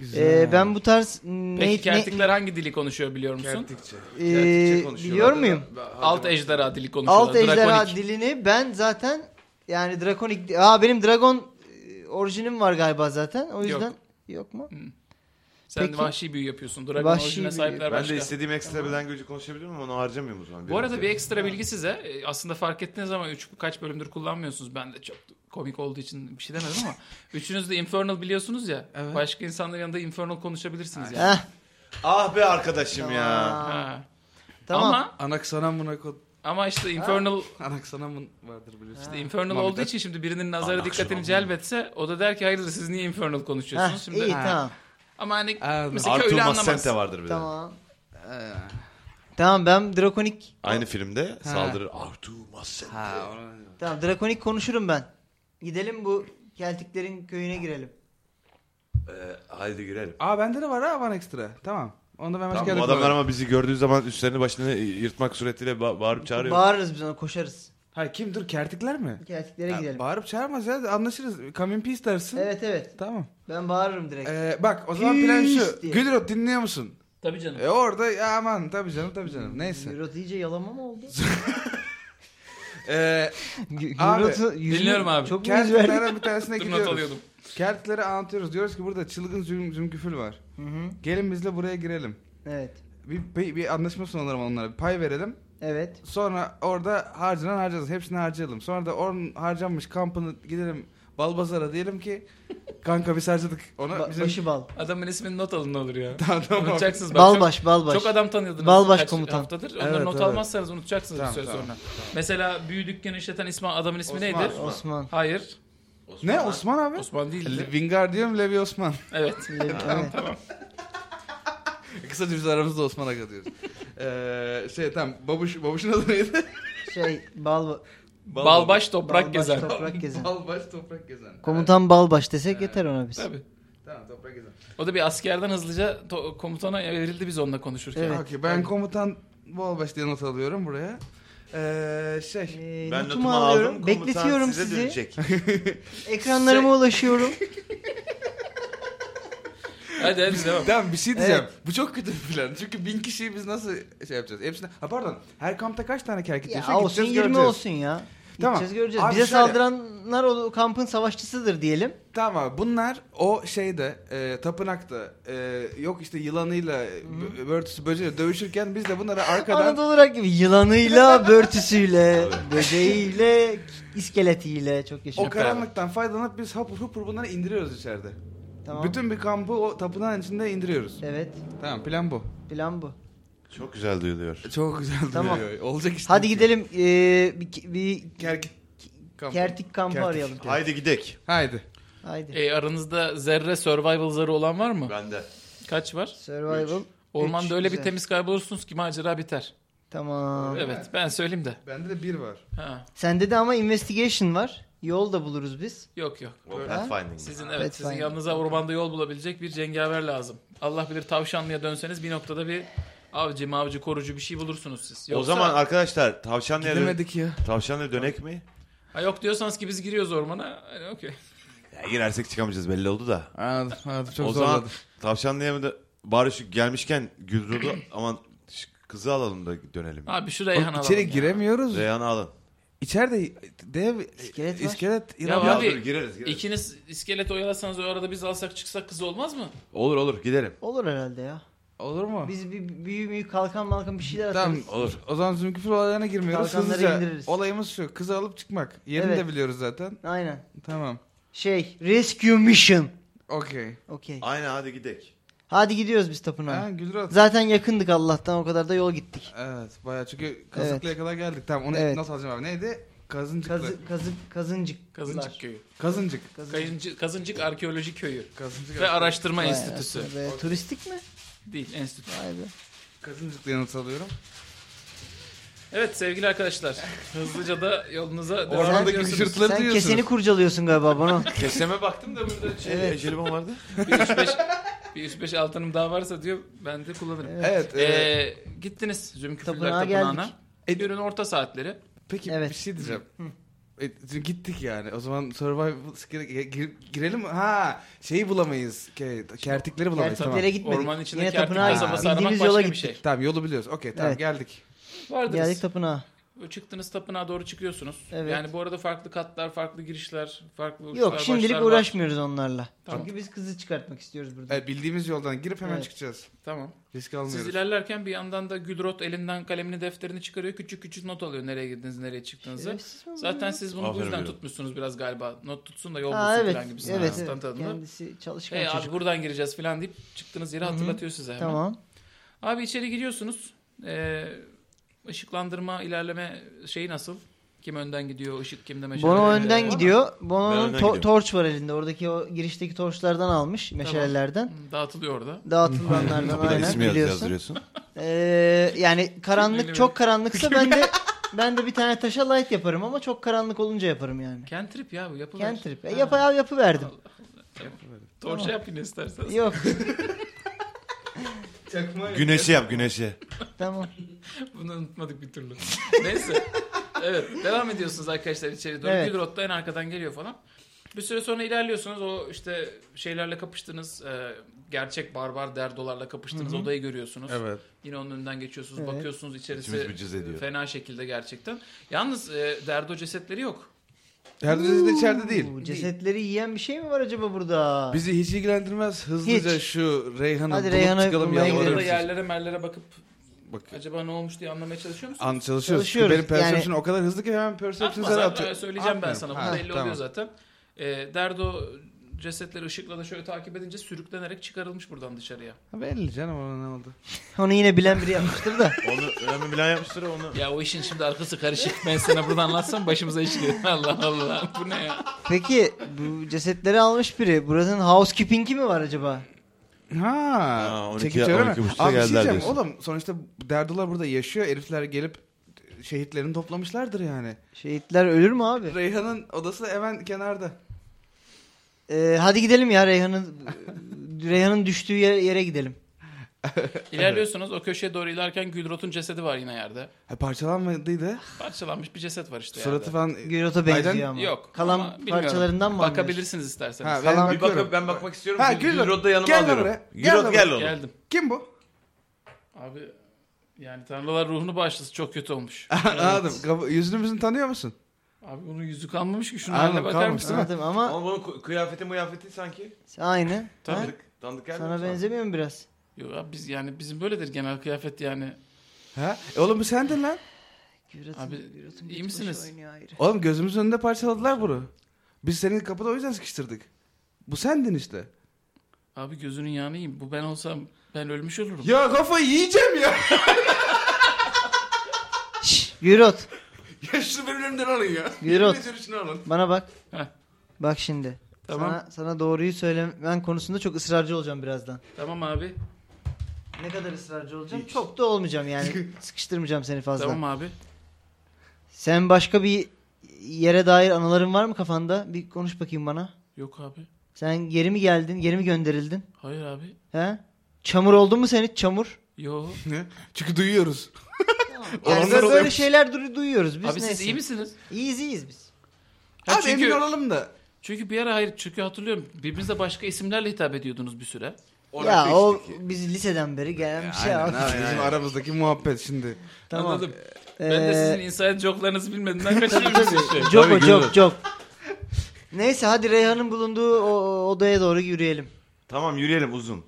Güzel. Ee, ben bu tarz Peki ne, kertikler hangi dili konuşuyor biliyor musun? Kertikçe. ne- Gerçekçi ee, konuşuyorlar biliyor da- muyum? Ben- Alt ejderha dili konuşuyorlar. Alt ejderha drakonik. dilini ben zaten yani drakonik aa benim dragon e, orijinim var galiba zaten. O yüzden yok, mu? Sen Peki. vahşi büyü yapıyorsun. Dragon Vahşi orijine büyü. sahipler Ben başka. de istediğim ekstra bir language'i konuşabiliyor muyum? Onu harcamıyorum o zaman. Bu arada bir ekstra bilgi size. E, Aslında fark ettiniz ama üç kaç bölümdür kullanmıyorsunuz. Ben de çok komik olduğu için bir şey demedim [LAUGHS] ama. Üçünüz de Infernal biliyorsunuz ya. Evet. Başka insanların yanında Infernal konuşabilirsiniz yani. Heh, Ah be arkadaşım ya. Ha. tamam. Ama Anaksanamına kod. ama işte Infernal Anaksanamın vardır biliyorsun. işte Infernal Tamam, olduğu bir de- için şimdi birinin nazarı Anlaksın dikkatini oğlum. celbetse o da der ki hayırdır siz niye Infernal konuşuyorsunuz Heh, şimdi. iyi ha. tamam. Ama hani Anladım. mesela Artur köylü Massent anlamaz. de vardır bir de. Tamam. Tamam ben drakonik Aynı filmde saldırır. Artur Massent. Ha, tamam drakonik konuşurum ben. Gidelim bu Keltiklerin köyüne girelim. Ee, haydi girelim. Aa bende de var ha Van Extra. Tamam. Onda ben başka Tamam, bu yerde adamlar kullanırım. ama bizi gördüğü zaman üstlerini başını yırtmak suretiyle ba- bağırıp çağırıyor. Bağırırız biz ona koşarız. Hayır kim dur kertikler mi? Keltiklere Ya, gidelim. bağırıp çağırmaz ya anlaşırız. Come in peace dersin. Evet evet. Tamam. Ben bağırırım direkt. Ee, bak o zaman plan şu. Peace diye. Gülrot dinliyor musun? Tabii canım. E orada ya aman tabii canım tabii canım. Neyse. Eurot iyice yalama mı oldu? Ee, Abi, Eurot'u yüzünü- dinliyorum abi. Çok mu yüz verdik? kertiklerden bir [LAUGHS] tanesine Tırnat gidiyoruz. alıyordum. Kertiklere anlatıyoruz. Diyoruz ki burada çılgın züm, zümküfül var. Hı hı. Gelin bizle buraya girelim. Evet. Bir, bir, bir anlaşma sunalım onlara. Bir pay verelim. Evet. Sonra orada harcanan harcayacağız. Hepsini harcayalım. Sonra da onun harcanmış kampını gidelim Balbazar'a diyelim ki kanka biz harcadık ona. Ba- bizim... Başı bal. Adamın ismini not alın ne olur ya. Tamam, tamam. Unutacaksınız. bak, çok- Balbaş balbaş. Çok adam tanıyordunuz. Balbaş kaç komutan. Haftadır. Onları Evet, not evet. almazsanız unutacaksınız Tamam, bir süre tamam, sonra. Mesela büyü dükkanı işleten İsmail adamın ismi Osman. neydi? Osman. Hayır. Ne Osman abi? Osman değildi. Le- Wingardium Levi Osman. [LAUGHS] evet. Evet. Kısaca biz aramızda Osman Aga diyoruz. ee, şey tamam babuş, babuşun adı neydi? Şey bal Bal- Balbaş toprak Balbaş gezer. Toprak [LAUGHS] Gezen. Balbaş toprak gezen. Komutan Balbaş desek yeter ona biz. Tabii. Evet, Tamam toprak izin. O da bir askerden hızlıca to- komutana verildi biz onunla konuşurken. Evet. Okey, ben komutan Bolbaş diye not alıyorum buraya. Ee, şey. Ee, Ben notumu notumu alıyorum. aldım. komutan Bekletiyorum size sizi. [LAUGHS] dönecek. Ekranlarıma ulaşıyorum. Hadi hadi devam. Tamam bir şey diyeceğim. Bu çok kötü bir plan. Çünkü bin kişiyi biz nasıl şey yapacağız? Hepsine... Ha pardon. Her kampta kaç tane kerkit ya diyorsa olsun gideceğiz 20 göreceğiz. olsun ya. Tamam. Gideceğiz göreceğiz. Abi Bize şöyle. saldıranlar o kampın savaşçısıdır diyelim. Tamam abi, bunlar o şeyde e, tapınakta e, yok işte yılanıyla bö- börtüsü böceğiyle dövüşürken biz de [LAUGHS] bunlara arkadan Anadolu Rock [LAUGHS] gibi yılanıyla, börtüsüyle, böceğiyle, iskeletiyle çok o yaşıyor. karanlıktan faydalanıp biz hapur hupur bunları indiriyoruz içeride. Tamam. Bütün bir kampı o tapınağın içinde indiriyoruz. Evet. Tamam plan bu. Plan bu. Çok güzel duyuluyor. Çok güzel Tamam. duruyor. Olacak işte. şey. Hadi gidelim ee, bir, bir Kerkit kampı. kertik kampı Kertik. arayalım. Haydi gidek. Haydi. Haydi. E, aranızda zerre survival zarı olan var mı? Bende. Kaç var? Survival. Ormanda Üç, öyle güzel. bir temiz kaybolursunuz ki macera biter. Tamam. Öyle evet mi? ben söyleyeyim de. Bende de bir var. Ha. Sende de ama investigation var. Yol da buluruz biz. Yok yok. O Böyle. pathfinding. Sizin evet Evet, sizin ben- yanınıza ormanda yol bulabilecek bir cengaver lazım. Allah bilir tavşanlıya dönseniz bir noktada bir avcı mavcı korucu bir şey bulursunuz siz. Yoksa, O zaman arkadaşlar tavşanlara Gidemedik ya. tavşanlara dönek mi? ha, yok diyorsanız ki biz giriyoruz ormana. Hani okey. Ya girersek çıkamayacağız belli oldu da. Anladım, anladım. Çok o zaman tavşanlıya mı da bari şu gelmişken Gülrudu aman şu kızı alalım da dönelim. Abi şu Reyhan alalım. İçeri ya. giremiyoruz. Reyhan'ı alın. İçeride dev iskelet, var. Ya yılan abi, Ya dur, gireriz, gireriz. İkiniz iskelet oyalasanız o arada biz alsak çıksak kız olmaz mı? Olur olur gidelim. Olur herhalde ya. Olur mu? Biz bir büyü müyü kalkan malkan bir şeyler Tamam atarız. Olur. o zaman zümküfür olaylarına girmiyoruz. Kalkanları Hızlıca indiririz. olayımız şu kızı alıp çıkmak. Yerini Evet. de biliyoruz zaten. Aynen. Tamam. Şey rescue mission. Okey. Okey. Aynen hadi gidek. Hadi gidiyoruz biz Ha, tapınağa. Gülrat. Zaten yakındık Allah'tan o kadar da yol gittik. Evet baya çünkü kazıklıya kadar geldik. Tamam onu Evet. not alacağım abi. Neydi? Kazıncıklı. Kazı, kazı, kazıncık. Kazıncık köyü. Kazıncık. Kazıncık. Kayıncı, Kazıncık Arkeoloji Köyü Kazıncık. ve Araştırma Vay Enstitüsü. aslında be. Turistik mi? Değil, enstitü. Vay be. Kazıncıklı yanıt alıyorum. Evet sevgili arkadaşlar, hızlıca da yolunuza devam Oradaki ediyorsunuz. [LAUGHS] hışırtı- Hatırlıyorsunuz. Sen keseni kurcalıyorsun galiba bana. Keseme baktım da burada şey Evet. jelibon [LAUGHS] vardı. Bir 3-5 bir 3-5 altınım daha varsa diyor, ben de kullanırım. Evet. Ee, e, gittiniz Zümküfürler Tapınağa Tapınağı'na. geldik. E, Günün orta saatleri. peki evet. bir şey diyeceğim. E, dün gittik yani. O zaman survival skill'e gi- gir- girelim mi? Ha şeyi bulamayız. Ke- kertikleri bulamayız. Kertiklere Tamam. gitmedik. Ormanın içinde Yine kertik tapınağa kasabası gittik. aramak Bildiğimiz başka yola bir gittik. şey. Tamam yolu biliyoruz. Okey tamam Evet. geldik. Vardınız. Geldik tapınağa. Çıktınız tapınağa doğru çıkıyorsunuz. Evet. Yani bu arada farklı katlar, farklı girişler, farklı uçlar, Yok şimdilik başlar var. uğraşmıyoruz onlarla. Tamam. Çünkü biz kızı çıkartmak istiyoruz burada. Evet, E, bildiğimiz yoldan girip hemen Evet. çıkacağız. Tamam. Risk almıyoruz. Siz ilerlerken bir yandan da Gülrot elinden kalemini defterini çıkarıyor. Küçük küçük not alıyor nereye girdiniz nereye çıktığınızı. Şerefsiz mi bu Zaten ya? siz bunu bu Aferin yüzden diyorum. tutmuşsunuz biraz galiba. Not tutsun da yol bulsun Ha, evet. falan gibisinden. Evet, Asistan evet. tadında. Kendisi çalışkan Hey abi çocuk. Şey, buradan gireceğiz falan deyip çıktığınız yeri Hı hı. hatırlatıyor size hemen. Tamam. Abi içeri giriyorsunuz. Ee, ışıklandırma ilerleme şeyi nasıl? Kim önden gidiyor? ışık kimde meşale? Bono kimde? önden gidiyor. Ben Bono'nun önden to- gidiyorum. torç var elinde. Oradaki o girişteki torçlardan almış meşalelerden. Hı, Dağıtılıyor orada. Dağıtılanlardan Kapıda aynen ismi yaz- biliyorsun. yazdırıyorsun. Ee, yani Bilmiyorum. karanlık [LAUGHS] çok karanlıksa ben de ben de bir tane taşa light yaparım ama çok karanlık olunca yaparım yani. Kentrip ya bu yapılır. Kentrip. E, Ha. yap yapı verdim. Torça Tamam. yap yine istersen. Yok. güneşi yap güneşi. tamam. Bunu unutmadık bir türlü. Neyse. Evet. Devam ediyorsunuz arkadaşlar içeri doğru. Evet. Evet. Gülrot'ta en arkadan geliyor falan. Bir süre sonra ilerliyorsunuz. O işte şeylerle kapıştınız. e, gerçek barbar derdolarla kapıştığınız odayı görüyorsunuz. Evet. Yine onun önünden geçiyorsunuz. Evet. Bakıyorsunuz içerisi İçimiz bir cız ediyor. fena şekilde gerçekten. Yalnız e, derdo cesetleri yok. Her de içeride değil. Bu cesetleri yiyen bir şey mi var acaba burada? Bizi hiç ilgilendirmez. Hızlıca Hiç. şu Reyhan'ı Hadi bulup Reyhan'ı çıkalım bulmaya Orada gidelim. yalvarırız. yerlere merlere bakıp Bak, acaba ne olmuş diye anlamaya çalışıyor musun? an çalışıyoruz. Çalışıyoruz. Benim perception o kadar hızlı ki hemen perception Atma sana zaten, atıyor. söyleyeceğim ben Atmıyorum. sana. Bu Ha, belli tamam. oluyor zaten. E, derdo cesetleri ışıkla da şöyle takip edince sürüklenerek çıkarılmış buradan dışarıya. Ha, Belli canım onun ne oldu. Onu yine bilen biri yapmıştır da. Onu önemli bilen yapmıştır onu. Ya o işin şimdi arkası karışık. Ben sana buradan anlatsam başımıza iş gelir. [LAUGHS] Allah Allah. Bu ne ya? Peki bu cesetleri almış biri. Buranın housekeeping'i mi var acaba? Ha, Ha, 12 çekici öyle mi? 12.30'da Abi bir şey geldiler diyeceğim diyorsun. oğlum sonuçta derdolar burada yaşıyor. Herifler gelip şehitlerini toplamışlardır yani. Şehitler ölür mü abi? Reyhan'ın odası hemen kenarda. Ee, hadi gidelim ya Reyhan'ın Reyhan'ın düştüğü yere, yere gidelim. İlerliyorsunuz o köşeye doğru ilerlerken Gülrot'un cesedi var yine yerde. Ha, parçalanmadıydı. Parçalanmış bir ceset var işte Suratı yerde. falan... Gürot'a benziyor Aynen. ama. Yok. Kalan ama bilmiyorum. parçalarından mı anlıyorsun? Bakabilirsiniz isterseniz. Ha, Kalan- ben Bir bakıyorum. bakıp ben bakmak istiyorum. Ha, Gül- Gül- Gülrot'u da yanıma Gel lan alıyorum. buraya, gel lan Gülrot gel buraya. oğlum. Geldim. Kim bu? Abi yani tanrılar ruhunu bağışlasın çok kötü olmuş. Ah. Anladım. Kaf- Yüzünü tanıyor musun? Abi bunun yüzü kalmamış ki şunu Anladım, haline bakar kalmamış. mısın? Anladım ama Ama bunun ku- kıyafeti muyafeti sanki. aynı. Ha? Tabii. Tanıdık. Tanıdık geldi. mi Sana sana? benzemiyor mu biraz? Yok abi biz yani bizim böyledir genel kıyafet yani. Ha? E oğlum bu sendin lan. Gürot'un, Abi, Gürot'un iyi götü başı misiniz? oynuyor ayrı. Oğlum gözümüzün önünde parçaladılar bunu. Biz senin kapıda o yüzden sıkıştırdık. Bu sendin işte. Abi gözünün yağını yiyeyim. Bu ben olsam ben ölmüş olurum. Ya kafayı yiyeceğim ya. [LAUGHS] Şşş Gürot ya şunu benim elimden alın ya. Gürot. Yemin ediyorum şunu alın. bana bak. Heh. Bak şimdi. Tamam. Sana, sana doğruyu söylemen konusunda çok ısrarcı olacağım birazdan. Tamam abi. Ne kadar ısrarcı olacağım? Çok da [LAUGHS] olmayacağım yani. Sıkıştırmayacağım seni fazla. Tamam abi. Sen başka bir yere dair anıların var mı kafanda? Bir konuş bakayım bana. Yok abi. Sen geri mi geldin? Geri mi gönderildin? Hayır abi. He? Çamur oldun mu sen hiç? Çamur. Yok. Ne? Çünkü duyuyoruz. Yani Olanlar böyle oluyormuş. şeyler du- duyuyoruz biz. abi siz neyse. iyi misiniz? İyiyiz iyiyiz biz. Ya Abi çünkü, emin olalım da. çünkü bir ara hayır çünkü hatırlıyorum birbirinize başka isimlerle hitap ediyordunuz bir süre. Orada ya o peki. biz liseden beri gelen bir şey abi. Aynen, aynen, Bizim aramızdaki muhabbet şimdi. [LAUGHS] Tamam. Anladım. Ben de sizin insan joklarınızı [LAUGHS] bilmediğimden kaçırmışım. Çok o Ee, Tabii, çok görüyorum. çok. Neyse hadi Reyhan'ın bulunduğu o- odaya doğru yürüyelim. Tamam yürüyelim uzun.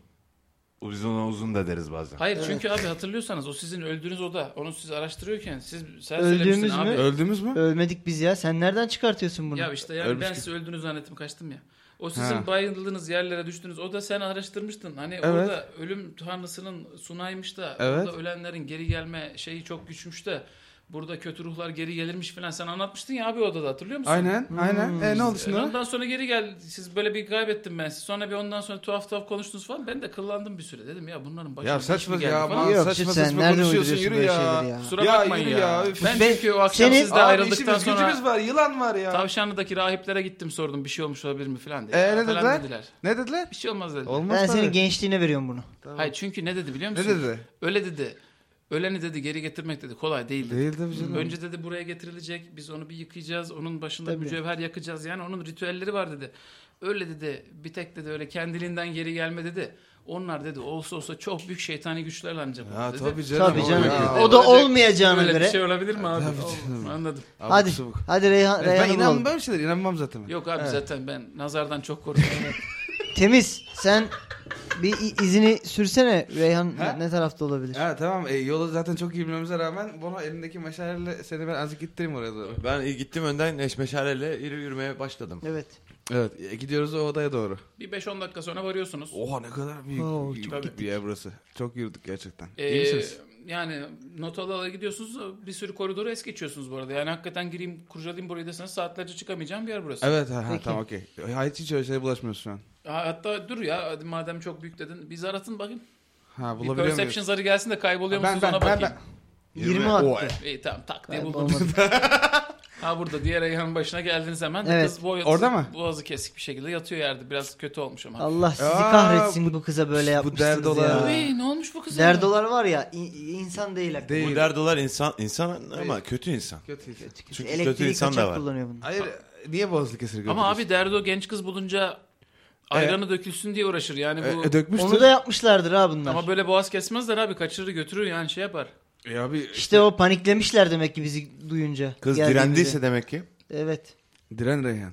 Uzun uzun da deriz bazen. Hayır çünkü abi hatırlıyorsanız o sizin öldüğünüz oda. Onu siz araştırıyorken siz sen Öldüğümüz söylemiştin abi. mü? Öldünüz mü? Ölmedik biz ya. Sen nereden çıkartıyorsun bunu? Ya şey işte yani Ölmüş ben gibi. size öldüğünüz zannettim kaçtım ya. O sizin Ha. bayıldığınız yerlere düştünüz. O da sen araştırmıştın. Hani Evet. orada ölüm tanrısının sunaymış da Evet. orada ölenlerin geri gelme şeyi çok güçmüş de burada kötü ruhlar geri gelirmiş falan. Sen anlatmıştın ya abi odada hatırlıyor musun? Aynen aynen. E ne oldu E, şimdi? Ondan sonra geri gel. Siz böyle bir kaybettim ben sizi. Sonra bir ondan sonra tuhaf tuhaf konuştunuz falan. Ben de kıllandım bir süre. Dedim ya bunların başına Ya bir iş saçma mi geldi ya, falan. Aa, Yok saçma şimdi saçma sen nereden konuşuyorsun, uyduruyorsun yürü böyle ya. şeyleri ya? Kusura Ya, bakmayın yürü ya. ya, üf. Ben Be- çünkü o akşam senin- sizde ayrıldıktan işimiz sonra gücümüz var yılan var ya. Tavşanlı'daki rahiplere gittim sordum. Bir şey olmuş olabilir mi falan diye. E ne Falan dediler? dediler. Ne dediler? Bir şey olmaz dedi. Olmaz Ben tabii. senin gençliğine veriyorum bunu. Hayır çünkü ne dedi biliyor Ne musun? dedi? Öyle dedi. Öleni dedi geri getirmek dedi kolay değil dedi. Değil tabii canım. Önce dedi buraya getirilecek. Biz onu bir yıkayacağız. Onun başında Tabii. mücevher yakacağız. Yani onun ritüelleri var dedi. Öyle dedi. Bir tek dedi öyle kendiliğinden geri gelme dedi. Onlar dedi olsa olsa çok büyük şeytani güçlerle ancak olur Ya dedi. tabii canım. Tabii canım. Ya. o da Olacak- olmayacağına Öyle bir göre. şey olabilir mi abi? Tabii Olmaz, canım. Anladım. Abuk Hadi. subuk. Hadi Reyhan, E, Ben Reyhan'ı inanmam bulalım. böyle şeylere inanmam zaten. ben. Yok abi Evet. zaten ben nazardan çok [LAUGHS] korkuyorum. Temiz. Sen bir i- izini sürsene. Reyhan Ha? ne tarafta olabilir? Ha tamam e, yolu zaten çok iyi bilmemize rağmen Bono elindeki meşaleyle seni ben azıcık gittireyim oraya doğru. Ben iyi gittim önden meşaleyle yürü yürümeye başladım. Evet. Evet e, gidiyoruz o odaya doğru. bir 5-10 dakika sonra varıyorsunuz. Oha ne kadar büyük Oo, büyük çok bir yer burası. Çok yürüdük gerçekten. Ee, iyi misiniz? Yani not ala ala gidiyorsunuz bir sürü koridoru es geçiyorsunuz bu arada. Yani hakikaten gireyim kurcalayayım burayı deseniz saatlerce çıkamayacağım bir yer burası. Evet ha, ha, Peki. tamam okey. Ha, hiç hiç öyle şeye bulaşmıyoruz şu an. Ha, hatta dur ya hadi madem çok büyük dedin bir zar atın bakayım. Ha Bir bulabiliyor muyuz? perception zarı gelsin de kayboluyor Ben musunuz ben ona ben, bakayım. ben. [LAUGHS] 20 attı. İyi tamam tak diye Ben buldum. olmadı. ha burada diğer Ayhan'ın başına geldiniz hemen. Evet. Kız boyu, Orada mı? Boğazı kesik bir şekilde yatıyor yerde. Biraz kötü olmuş ama. Allah sizi Aa, kahretsin bu, kıza böyle bu yapmışsınız derdolar. ya. Uy, ne olmuş bu kıza? Derdolar var ya in- insan değil. hakikaten. Değil. Bu derdolar insan insan ama Hayır. kötü insan. Kötü insan. Çünkü kötü Elektriği insan da kaçak var. kullanıyor bunu. Hayır niye boğazlı kesir Ama abi Derdo genç kız bulunca E- ayranı dökülsün diye uğraşır. Yani bu dökmüştür. Onu da yapmışlardır ha bunlar. ama böyle boğaz kesmezler abi. Kaçırır götürür yani şey yapar. E abi İşte o paniklemişler demek ki bizi duyunca. Kız geldiğimizi. direndiyse demek ki. Evet. diren Reyhan.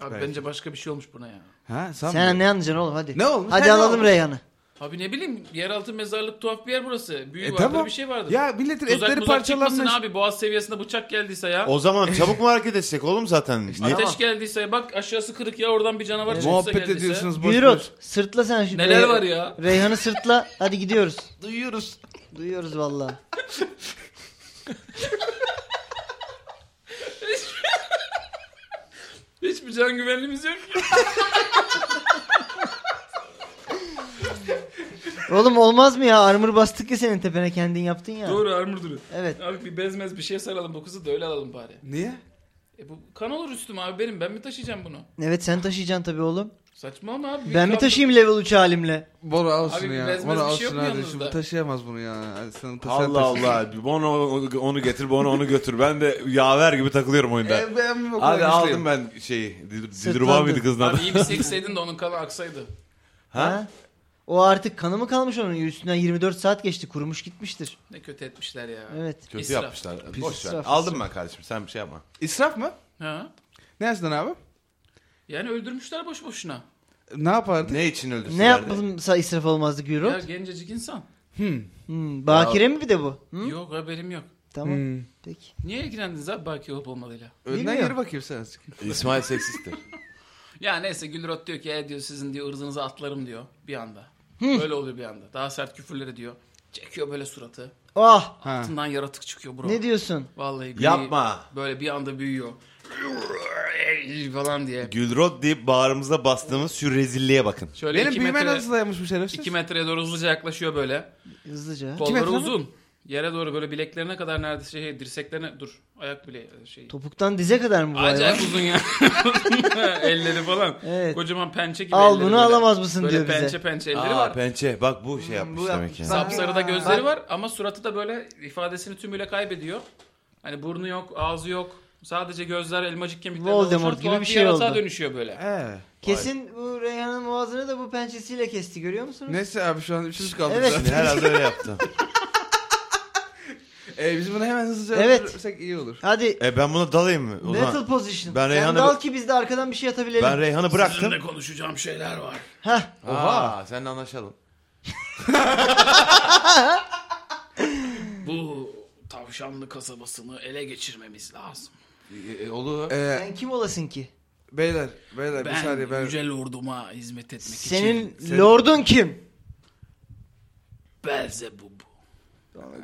Abi Belki. bence başka bir şey olmuş buna ya. Ha sen, Sen mi? ne anlayacaksın oğlum hadi. Ne olmuş? Hadi Sen ne alalım olmuş? Reyhan'ı. Abi ne bileyim yeraltı mezarlık tuhaf bir yer burası. Büyü E, vardır tamam. bir şey vardır. Ya milletin Tuzak etleri muzak çıkmasın parçalanmış. abi boğaz seviyesinde bıçak geldiyse ya. O zaman çabuk mu hareket etsek oğlum zaten? Ne- Ateş geldiyse bak aşağısı kırık ya oradan bir canavar çıksa Muhabbet geldiyse. ediyorsunuz boş boş. Gürot sırtla sen şu Neler Rey- var ya? Reyhan'ı sırtla hadi gidiyoruz. [LAUGHS] Duyuyoruz. Duyuyoruz vallahi. Hiçbir can güvenliğimiz yok ki. Oğlum olmaz mı ya? Armor bastık ya senin tepene kendin yaptın ya. Doğru armor duruyor. Evet. Abi bir bezmez bir şey saralım bu kızı da öyle alalım bari. Niye? E bu kan olur üstüme abi benim. Ben mi taşıyacağım bunu? Evet sen taşıyacaksın tabii oğlum. Saçmalama abi. büyük Ben mi kaplı- taşıyayım level 3 halimle? Boru alsın Abi ya. bezmez Boru bir şey alsın yok mu kardeşim. Bu yanınızda? taşıyamaz bunu ya. Hadi sen, sen Allah taşı. Allah. Bono onu getir, Bono onu götür. Ben de yaver gibi takılıyorum oyunda. E, ben bu kadar Hadi aldım güçlüyüm. ben şeyi. Dilruba Sırtlandı. mıydı kızın adı? Abi iyi bir sekseydin de onun kanı aksaydı. Ha? O artık kanı mı kalmış onun? Üstünden 24 saat geçti. Kurumuş gitmiştir. Ne kötü etmişler ya. Evet. Kötü İsraf. yapmışlar. Boş ver. israf, Aldım ben kardeşim. Sen bir şey yapma. İsraf mı? Ha? Neresinden abi? Yani öldürmüşler boş boşuna. Ne yapardık? Ne için öldürsün? Ne yapılsa israf olmazdı Ya Gürot? gencecik insan. Hmm, bakire mi bir de bu? Hı? Yok haberim yok. Tamam. Hmm. Peki. Niye ilgilendiniz abi Baki olup olmalıyla? Önden Bilmiyorum. yürü bakayım sen azıcık. İsmail seksisttir. Ya neyse Gülrot diyor ki e diyor sizin diyor ırzınızı atlarım diyor bir anda. Böyle oluyor bir anda. Daha sert küfürleri diyor. Çekiyor böyle suratı. Ah Ha. Altından yaratık çıkıyor bro. ne diyorsun? Vallahi gri- Yapma. Böyle bir anda büyüyor. falan diye. Gülrot deyip bağrımıza bastığımız şu rezilliğe bakın. Şöyle Benim iki büyüme metre, nasıl dayanmış bu şerefsiz? 2 metreye doğru hızlıca yaklaşıyor böyle. Hızlıca. Kolları metre mi? uzun. Yere doğru böyle bileklerine kadar neredeyse şey dirseklerine dur. Ayak bile şey. Topuktan dize kadar mı bu hayvan? Acayip uzun ya. [LAUGHS] elleri falan. Evet. Kocaman pençe gibi Al elleri bunu böyle. alamaz mısın böyle diyor bize. pençe pençe elleri Aa, var. pençe. Bak bu şey yapmış bu demek yapmış. ki. Sapsarıda Aa. gözleri Bak. var ama suratı da böyle ifadesini tümüyle kaybediyor. Hani burnu yok, ağzı yok. Sadece gözler elmacık kemiklerden Voldemort oluşan gibi tuhaf bir şey yaratığa oldu. dönüşüyor böyle. Ee. Kesin bu Reyhan'ın boğazını da bu pençesiyle kesti görüyor musunuz? Neyse abi şu an üçümüz kaldık Evet. [LAUGHS] zaten. Herhalde öyle yaptı. Ee, biz bunu hemen hızlıca Evet. öldürürsek iyi olur. Hadi E ben buna dalayım mı? O battle zaman position. ben Ben Sen Reyhan'a dal bak- ki biz de arkadan bir şey atabilelim. ben Reyhan'ı bıraktım. Sizinle konuşacağım şeyler var. Heh. Oha. Seninle anlaşalım. Bu tavşanlı kasabasını ele geçirmemiz lazım. E, e, olur. Ee, Sen kim olasın ki? beyler, beyler bir Ben, saniye ben... yüce lorduma hizmet etmek için Senin sen- lordun kim? Belzebub.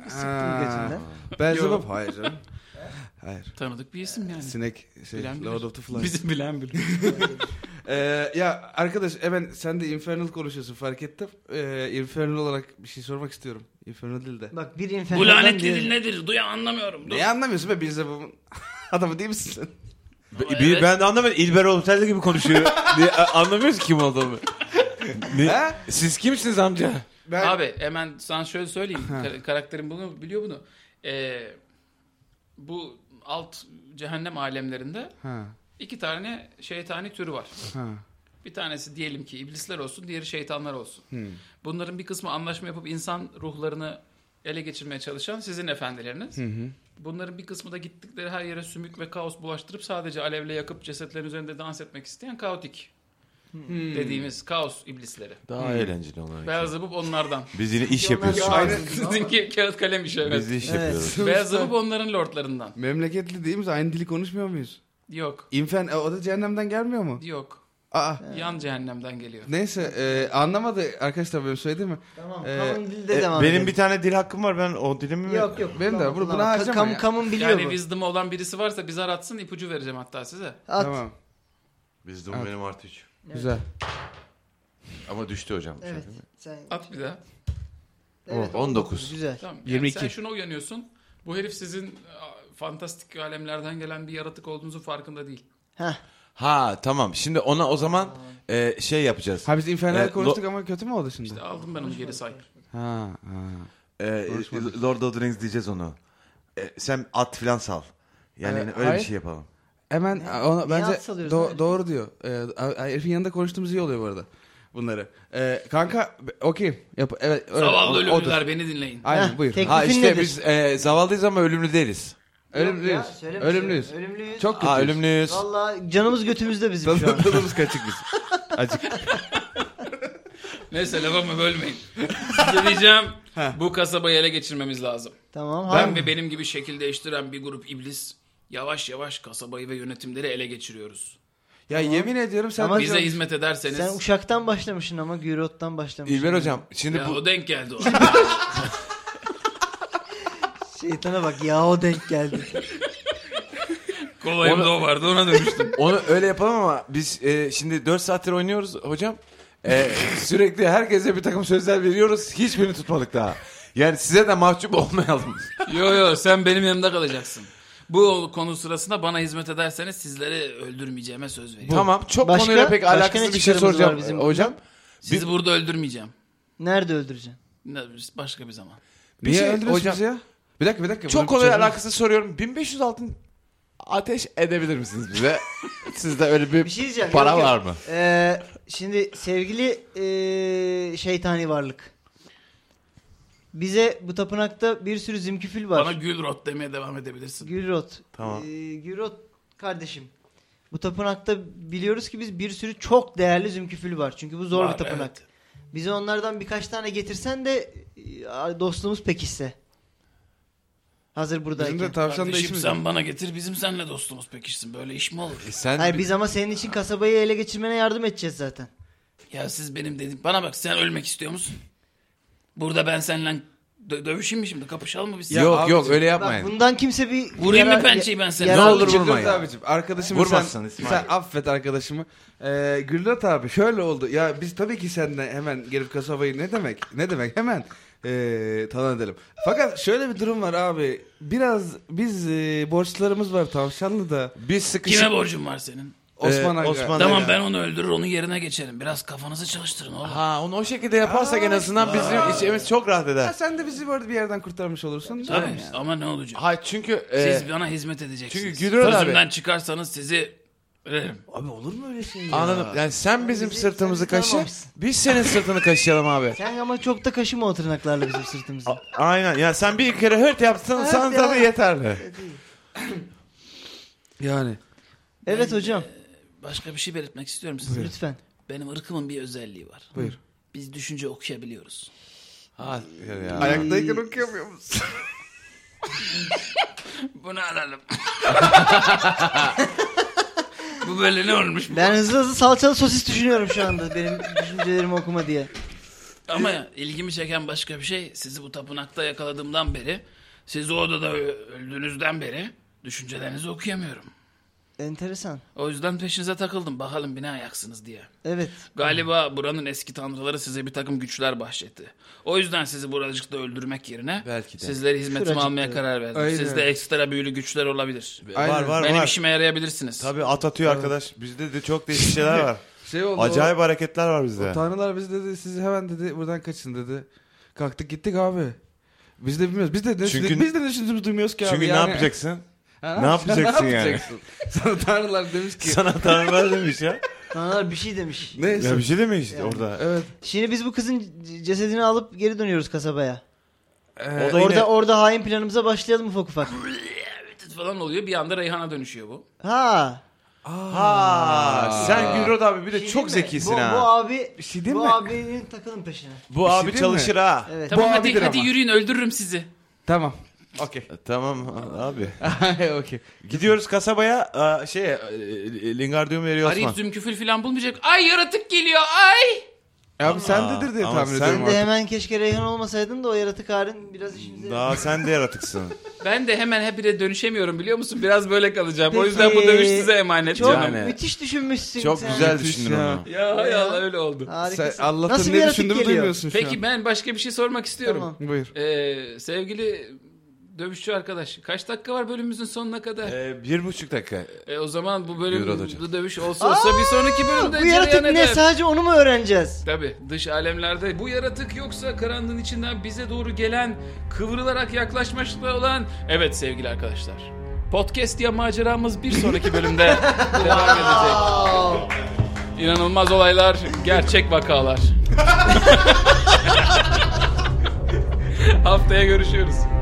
Sıktım gözünden. Belzebub Yok. hayır canım. Hayır. Tanıdık bir isim yani. Sinek şey Bilen bilir. Lord of the Flies. Bizi bilen bilir. Ee, ya arkadaş hemen sen de Infernal konuşuyorsun fark ettim. Ee, Infernal olarak bir şey sormak istiyorum. Infernal değil de. Bak bir infernal. Bu lanetli dil nedir? Duya anlamıyorum. Dur. Neyi anlamıyorsun be Beelzebub'un [LAUGHS] adamı değil misin sen? Be- bir- evet. Ben de anlamadım. İlber Ortaylı gibi konuşuyor. Diye- a- Anlamıyoruz ki kim olduğunu. Ne? Ha? Siz kimsiniz amca? Ben... Abi hemen sana şöyle söyleyeyim. Kar- karakterim bunu biliyor bunu. Ee, bu alt cehennem alemlerinde Ha, iki tane şeytani türü var. ha. Bir tanesi diyelim ki iblisler olsun, diğeri şeytanlar olsun. Hmm. Bunların bir kısmı anlaşma yapıp insan ruhlarını ele geçirmeye çalışan sizin efendileriniz. Bunların bir kısmı da gittikleri her yere sümük ve kaos bulaştırıp sadece alevle yakıp cesetlerin üzerinde dans etmek isteyen kaotik Hmm. dediğimiz kaos iblisleri. Daha eğlenceli onlar. Beelzebub onlardan. Biz yine iş Onlar yapıyoruz. daha- Aynen. Sizinki kağıt kalem işi evet. Biz iş Evet. yapıyoruz. Beyazlıbı onların lordlarından. Memleketli değil miyiz? Aynı dili konuşmuyor muyuz? Yok. Infern... e, O da cehennemden gelmiyor mu? Yok. Aa. Yan cehennemden geliyor. Neyse e, anlamadı arkadaşlar benim söylediğimi. Tamam. Ee, Kamun dili de E, devam benim edelim. bir tane dil hakkım var. Ben o dilimi mi? Yok yok. Benim de kullanma, var. Bunu kullanma. Ka- harcama kam- ya. Kamun biliyor Yani bu. wisdom'ı olan birisi varsa bizi aratsın ipucu vereceğim hatta size. At. Tamam. Biz de o benim artı üç. Güzel. Ama düştü hocam. Evet. Sen. At bir daha. Evet. 19. Güzel. Tamam. Yani 22. Sen şuna uyanıyorsun. Bu herif sizin a, fantastik alemlerden gelen bir yaratık olduğunuzun farkında değil. Heh. Ha tamam. Şimdi ona o zaman e, şey yapacağız. Ha biz E, infernal Evet, konuştuk ama kötü mü oldu şimdi? İşte aldım ben onu geri say. Ha, ha. E, e, Lord of the Rings diyeceğiz onu. E, sen at filan sal. Yani Evet, öyle hayır. bir şey yapalım. Hemen a, ona, bence at salıyoruz do- lan herife? doğru diyor. Ee, a- a- herifin yanında konuştuğumuz iyi oluyor bu arada. Bunları. Ee, kanka be- okey. Yap, evet. öyle. Zavallı O- odur. ölümcüler beni dinleyin. Aynen Heh, buyur. tek- Ha Teklifin işte nedir? biz e, zavallıyız ama ölümlü değiliz. Yok Ölümlüyüz. ya, söyleme Ölümlüyüz. şöyle. Ölümlüyüz. Çok kötüyüz. Ha ölümlüyüz. Valla canımız götümüzde bizim şu an. Tadımız kaçık biz. Acık. Neyse lafımı bölmeyin. Size diyeceğim bu kasabayı ele geçirmemiz lazım. Tamam. Ben hangi- ve benim gibi şekil değiştiren bir grup iblis yavaş yavaş kasabayı ve yönetimleri ele geçiriyoruz. Ya yemin ediyorum sen... Ama- de- Bize hizmet ederseniz Sen uşaktan başlamışsın ama Gürot'tan başlamışsın. İlber hocam şimdi ya bu o denk geldi o. Şeytana bak ya o denk geldi. Kolayımda o vardı ona [LAUGHS] dönüştüm. [LAUGHS] Onu öyle yapalım ama biz e, şimdi 4 saattir oynuyoruz hocam. E, sürekli herkese bir takım sözler veriyoruz. Hiçbirini [LAUGHS] tutmadık daha. Yani size de mahcup olmayalım. yo yo sen benim yanımda kalacaksın. Bu konu sırasında bana hizmet ederseniz sizleri öldürmeyeceğime söz veriyorum. Tamam çok Başka- konuyla pek başka alakasız ne bir şey çıkarımız soracağım var bizim? e, hocam. Sizi burada öldürmeyeceğim. Nerede öldüreceksin? Ne- Başka bir zaman. Bir Niye şey- öldürüyorsun hocam- bizi ya? Bir dakika bir dakika. Çok Bunu konuyla çözüm- alakasız soruyorum. 1500 altın ateş edebilir misiniz bize? [LAUGHS] Sizde öyle bir, Bir şey diyeceğim. para Yok, yok. var mı? Ee, şimdi sevgili ee, şeytani varlık. Bize bu tapınakta bir sürü zimküfül var. Bana gül rot demeye devam edebilirsin. Gülrot. Tamam. Ee, Gülrot kardeşim. Bu tapınakta biliyoruz ki biz bir sürü çok değerli zümküfül var. Çünkü bu zor Var, bir tapınak. evet. Bize onlardan birkaç tane getirsen de e, dostluğumuz pekişse. Hazır buradayken. Bizim de tavşan da Kardeşim işimiz. sen bana getir bizim senle dostumuz pekişsin. Böyle iş mi olur? E sen Hayır biz ama senin için kasabayı ele geçirmene yardım edeceğiz zaten. Ya siz benim dedim. Bana bak sen ölmek istiyor musun? Burada ben seninle dö- dövüşeyim mi şimdi? Kapışalım mı biz? Ya yok abicim, yok öyle Bak yapmayın. bundan kimse bir... Vurayım mı yarar- pençeyi ben seni? yarar- Ne olur Gülrot vurma ya. abicim arkadaşım Vurmazsan sen, İsmail. sen affet arkadaşımı. Ee, Gülrot abi şöyle oldu. Ya biz tabii ki seninle hemen gelip kasabayı ne demek? Ne demek? Hemen ee, talan edelim. Fakat şöyle bir durum var abi. Biraz biz ee, borçlarımız var Tavşanlı'da. Biz sıkışık Kime borcun var senin? Osman Ee, Aga. Osman- Tamam Aynen. ben onu öldürür onun yerine geçerim. Biraz kafanızı çalıştırın oğlum. Ha onu o şekilde yaparsak en azından bizim içimiz çok rahat Ha, eder. sen de bizi bu arada bir yerden kurtarmış olursun. Tabii Tamam yani. ama ne olacak? Hayır çünkü e, Siz bana hizmet edeceksiniz. çünkü Güdürel abi- Sözümden çıkarsanız sizi e, veririm. Abi olur mu öyle şey ya? anladım. Yani sen bizim Bizi- sırtımızı bizi kaşı, tanımamışsın. biz senin sırtını kaşıyalım abi. Sen ama çok da kaşıma o tırnaklarla [LAUGHS] bizim sırtımızı. Aynen. Ya sen bir kere hırt yapsan Hırt sana ya. tabii yeterli. Yani. evet hocam Başka bir şey belirtmek istiyorum size. lütfen. Benim ırkımın bir özelliği var. Buyur. Biz düşünce okuyabiliyoruz. Ha, ya. Ayaktayken okuyamıyor musun? Bunu [LAUGHS] alalım. Bu böyle ne olmuş? Ben hızlı hızlı salçalı sosis düşünüyorum şu anda benim düşüncelerimi okuma diye. Ama ilgimi çeken başka bir şey sizi bu tapınakta yakaladığımdan beri, sizi o odada ö- öldüğünüzden beri düşüncelerinizi okuyamıyorum. Enteresan. O yüzden peşinize takıldım bakalım bina yaksınız diye. Evet. Galiba buranın eski tanrıları size bir takım güçler bahşetti. O yüzden sizi buracıkta öldürmek yerine Belki de. sizleri hizmetime Şuracıkta. almaya karar verdim. Aynen. Sizde ekstra büyülü güçler olabilir. Aynen. Var var Benim var. işime yarayabilirsiniz. Tabii at atıyor arkadaş. Bizde de çok değişik şeyler var. Şey oldu. Acayip hareketler var bizde. Tanrılar biz dedi siz hemen dedi buradan kaçın dedi. Kalktık gittik abi. Biz de bilmiyoruz. Biz de ne Çünkü- çünkü, biz de ne düşündüğümüzü duymuyoruz ki abi. Çünkü yani. ne yapacaksın? [LAUGHS] Ha, Ne yapacaksın yani? [LAUGHS] Sana tanrılar demiş ki. Sana tanrılar demiş ya. Tanrılar bir şey [LAUGHS] demiş. Neyse. Ya bir şey demiş işte orada. Evet. Şimdi biz bu kızın c- cesedini alıp geri dönüyoruz kasabaya. Ee, O da Orada yine orada hain planımıza başlayalım ufak ufak. falan oluyor bir anda Reyhan'a dönüşüyor bu. Ha. Ha, sen Gülrod abi bir de Şey çok değil mi? zekisin bu, ha. Bu abi Bir şey değil bu mi? abinin takılın peşine. Bu Bir şey abi değil çalışır ha. Evet. Tamam hadi, abidir hadi ama. yürüyün öldürürüm sizi. Tamam. Okey. E, Tamam abi. [LAUGHS] Okey. Gidiyoruz kasabaya a, şey e, e, Lingardium veriyor Arayıp Osman. zümküfül falan bulmayacak. Ay yaratık geliyor ay. Abi sendedir diye ama tahmin sen ediyorum Sen de hemen keşke Reyhan olmasaydın da o yaratık harin biraz işimize Daha sen de yaratıksın. Ben de hemen hepine dönüşemiyorum biliyor musun? Biraz böyle kalacağım. O Peki. yüzden bu dövüş size emanet Çok canım. Yani- müthiş düşünmüşsün Çok sen. güzel Müthiş düşündün ya. onu. Ya hay Allah öyle oldu. Harikasın. Sen Allah'tan Nasıl bir ne yaratık düşündüğümü geliyor? duymuyorsun şu Peki ben başka bir şey sormak istiyorum. Tamam. an. Buyur. Ee, sevgili dövüşçü arkadaş kaç dakika var bölümümüzün sonuna kadar? Ee, bir buçuk dakika. E, o zaman bu Yürü hocam. bölüm bu dövüş olsa olsa bir sonraki bölümde Bu yaratık cereyan ne? eder. Sadece onu mu öğreneceğiz? Tabi dış alemlerde bu yaratık yoksa karanlığın içinden bize doğru gelen kıvrılarak yaklaşmakta olan evet sevgili arkadaşlar. Podcast ya maceramız bir sonraki [LAUGHS] bölümde devam edecek. Aa. İnanılmaz olaylar, gerçek [LAUGHS] vakalar. [LAUGHS] Haftaya görüşüyoruz.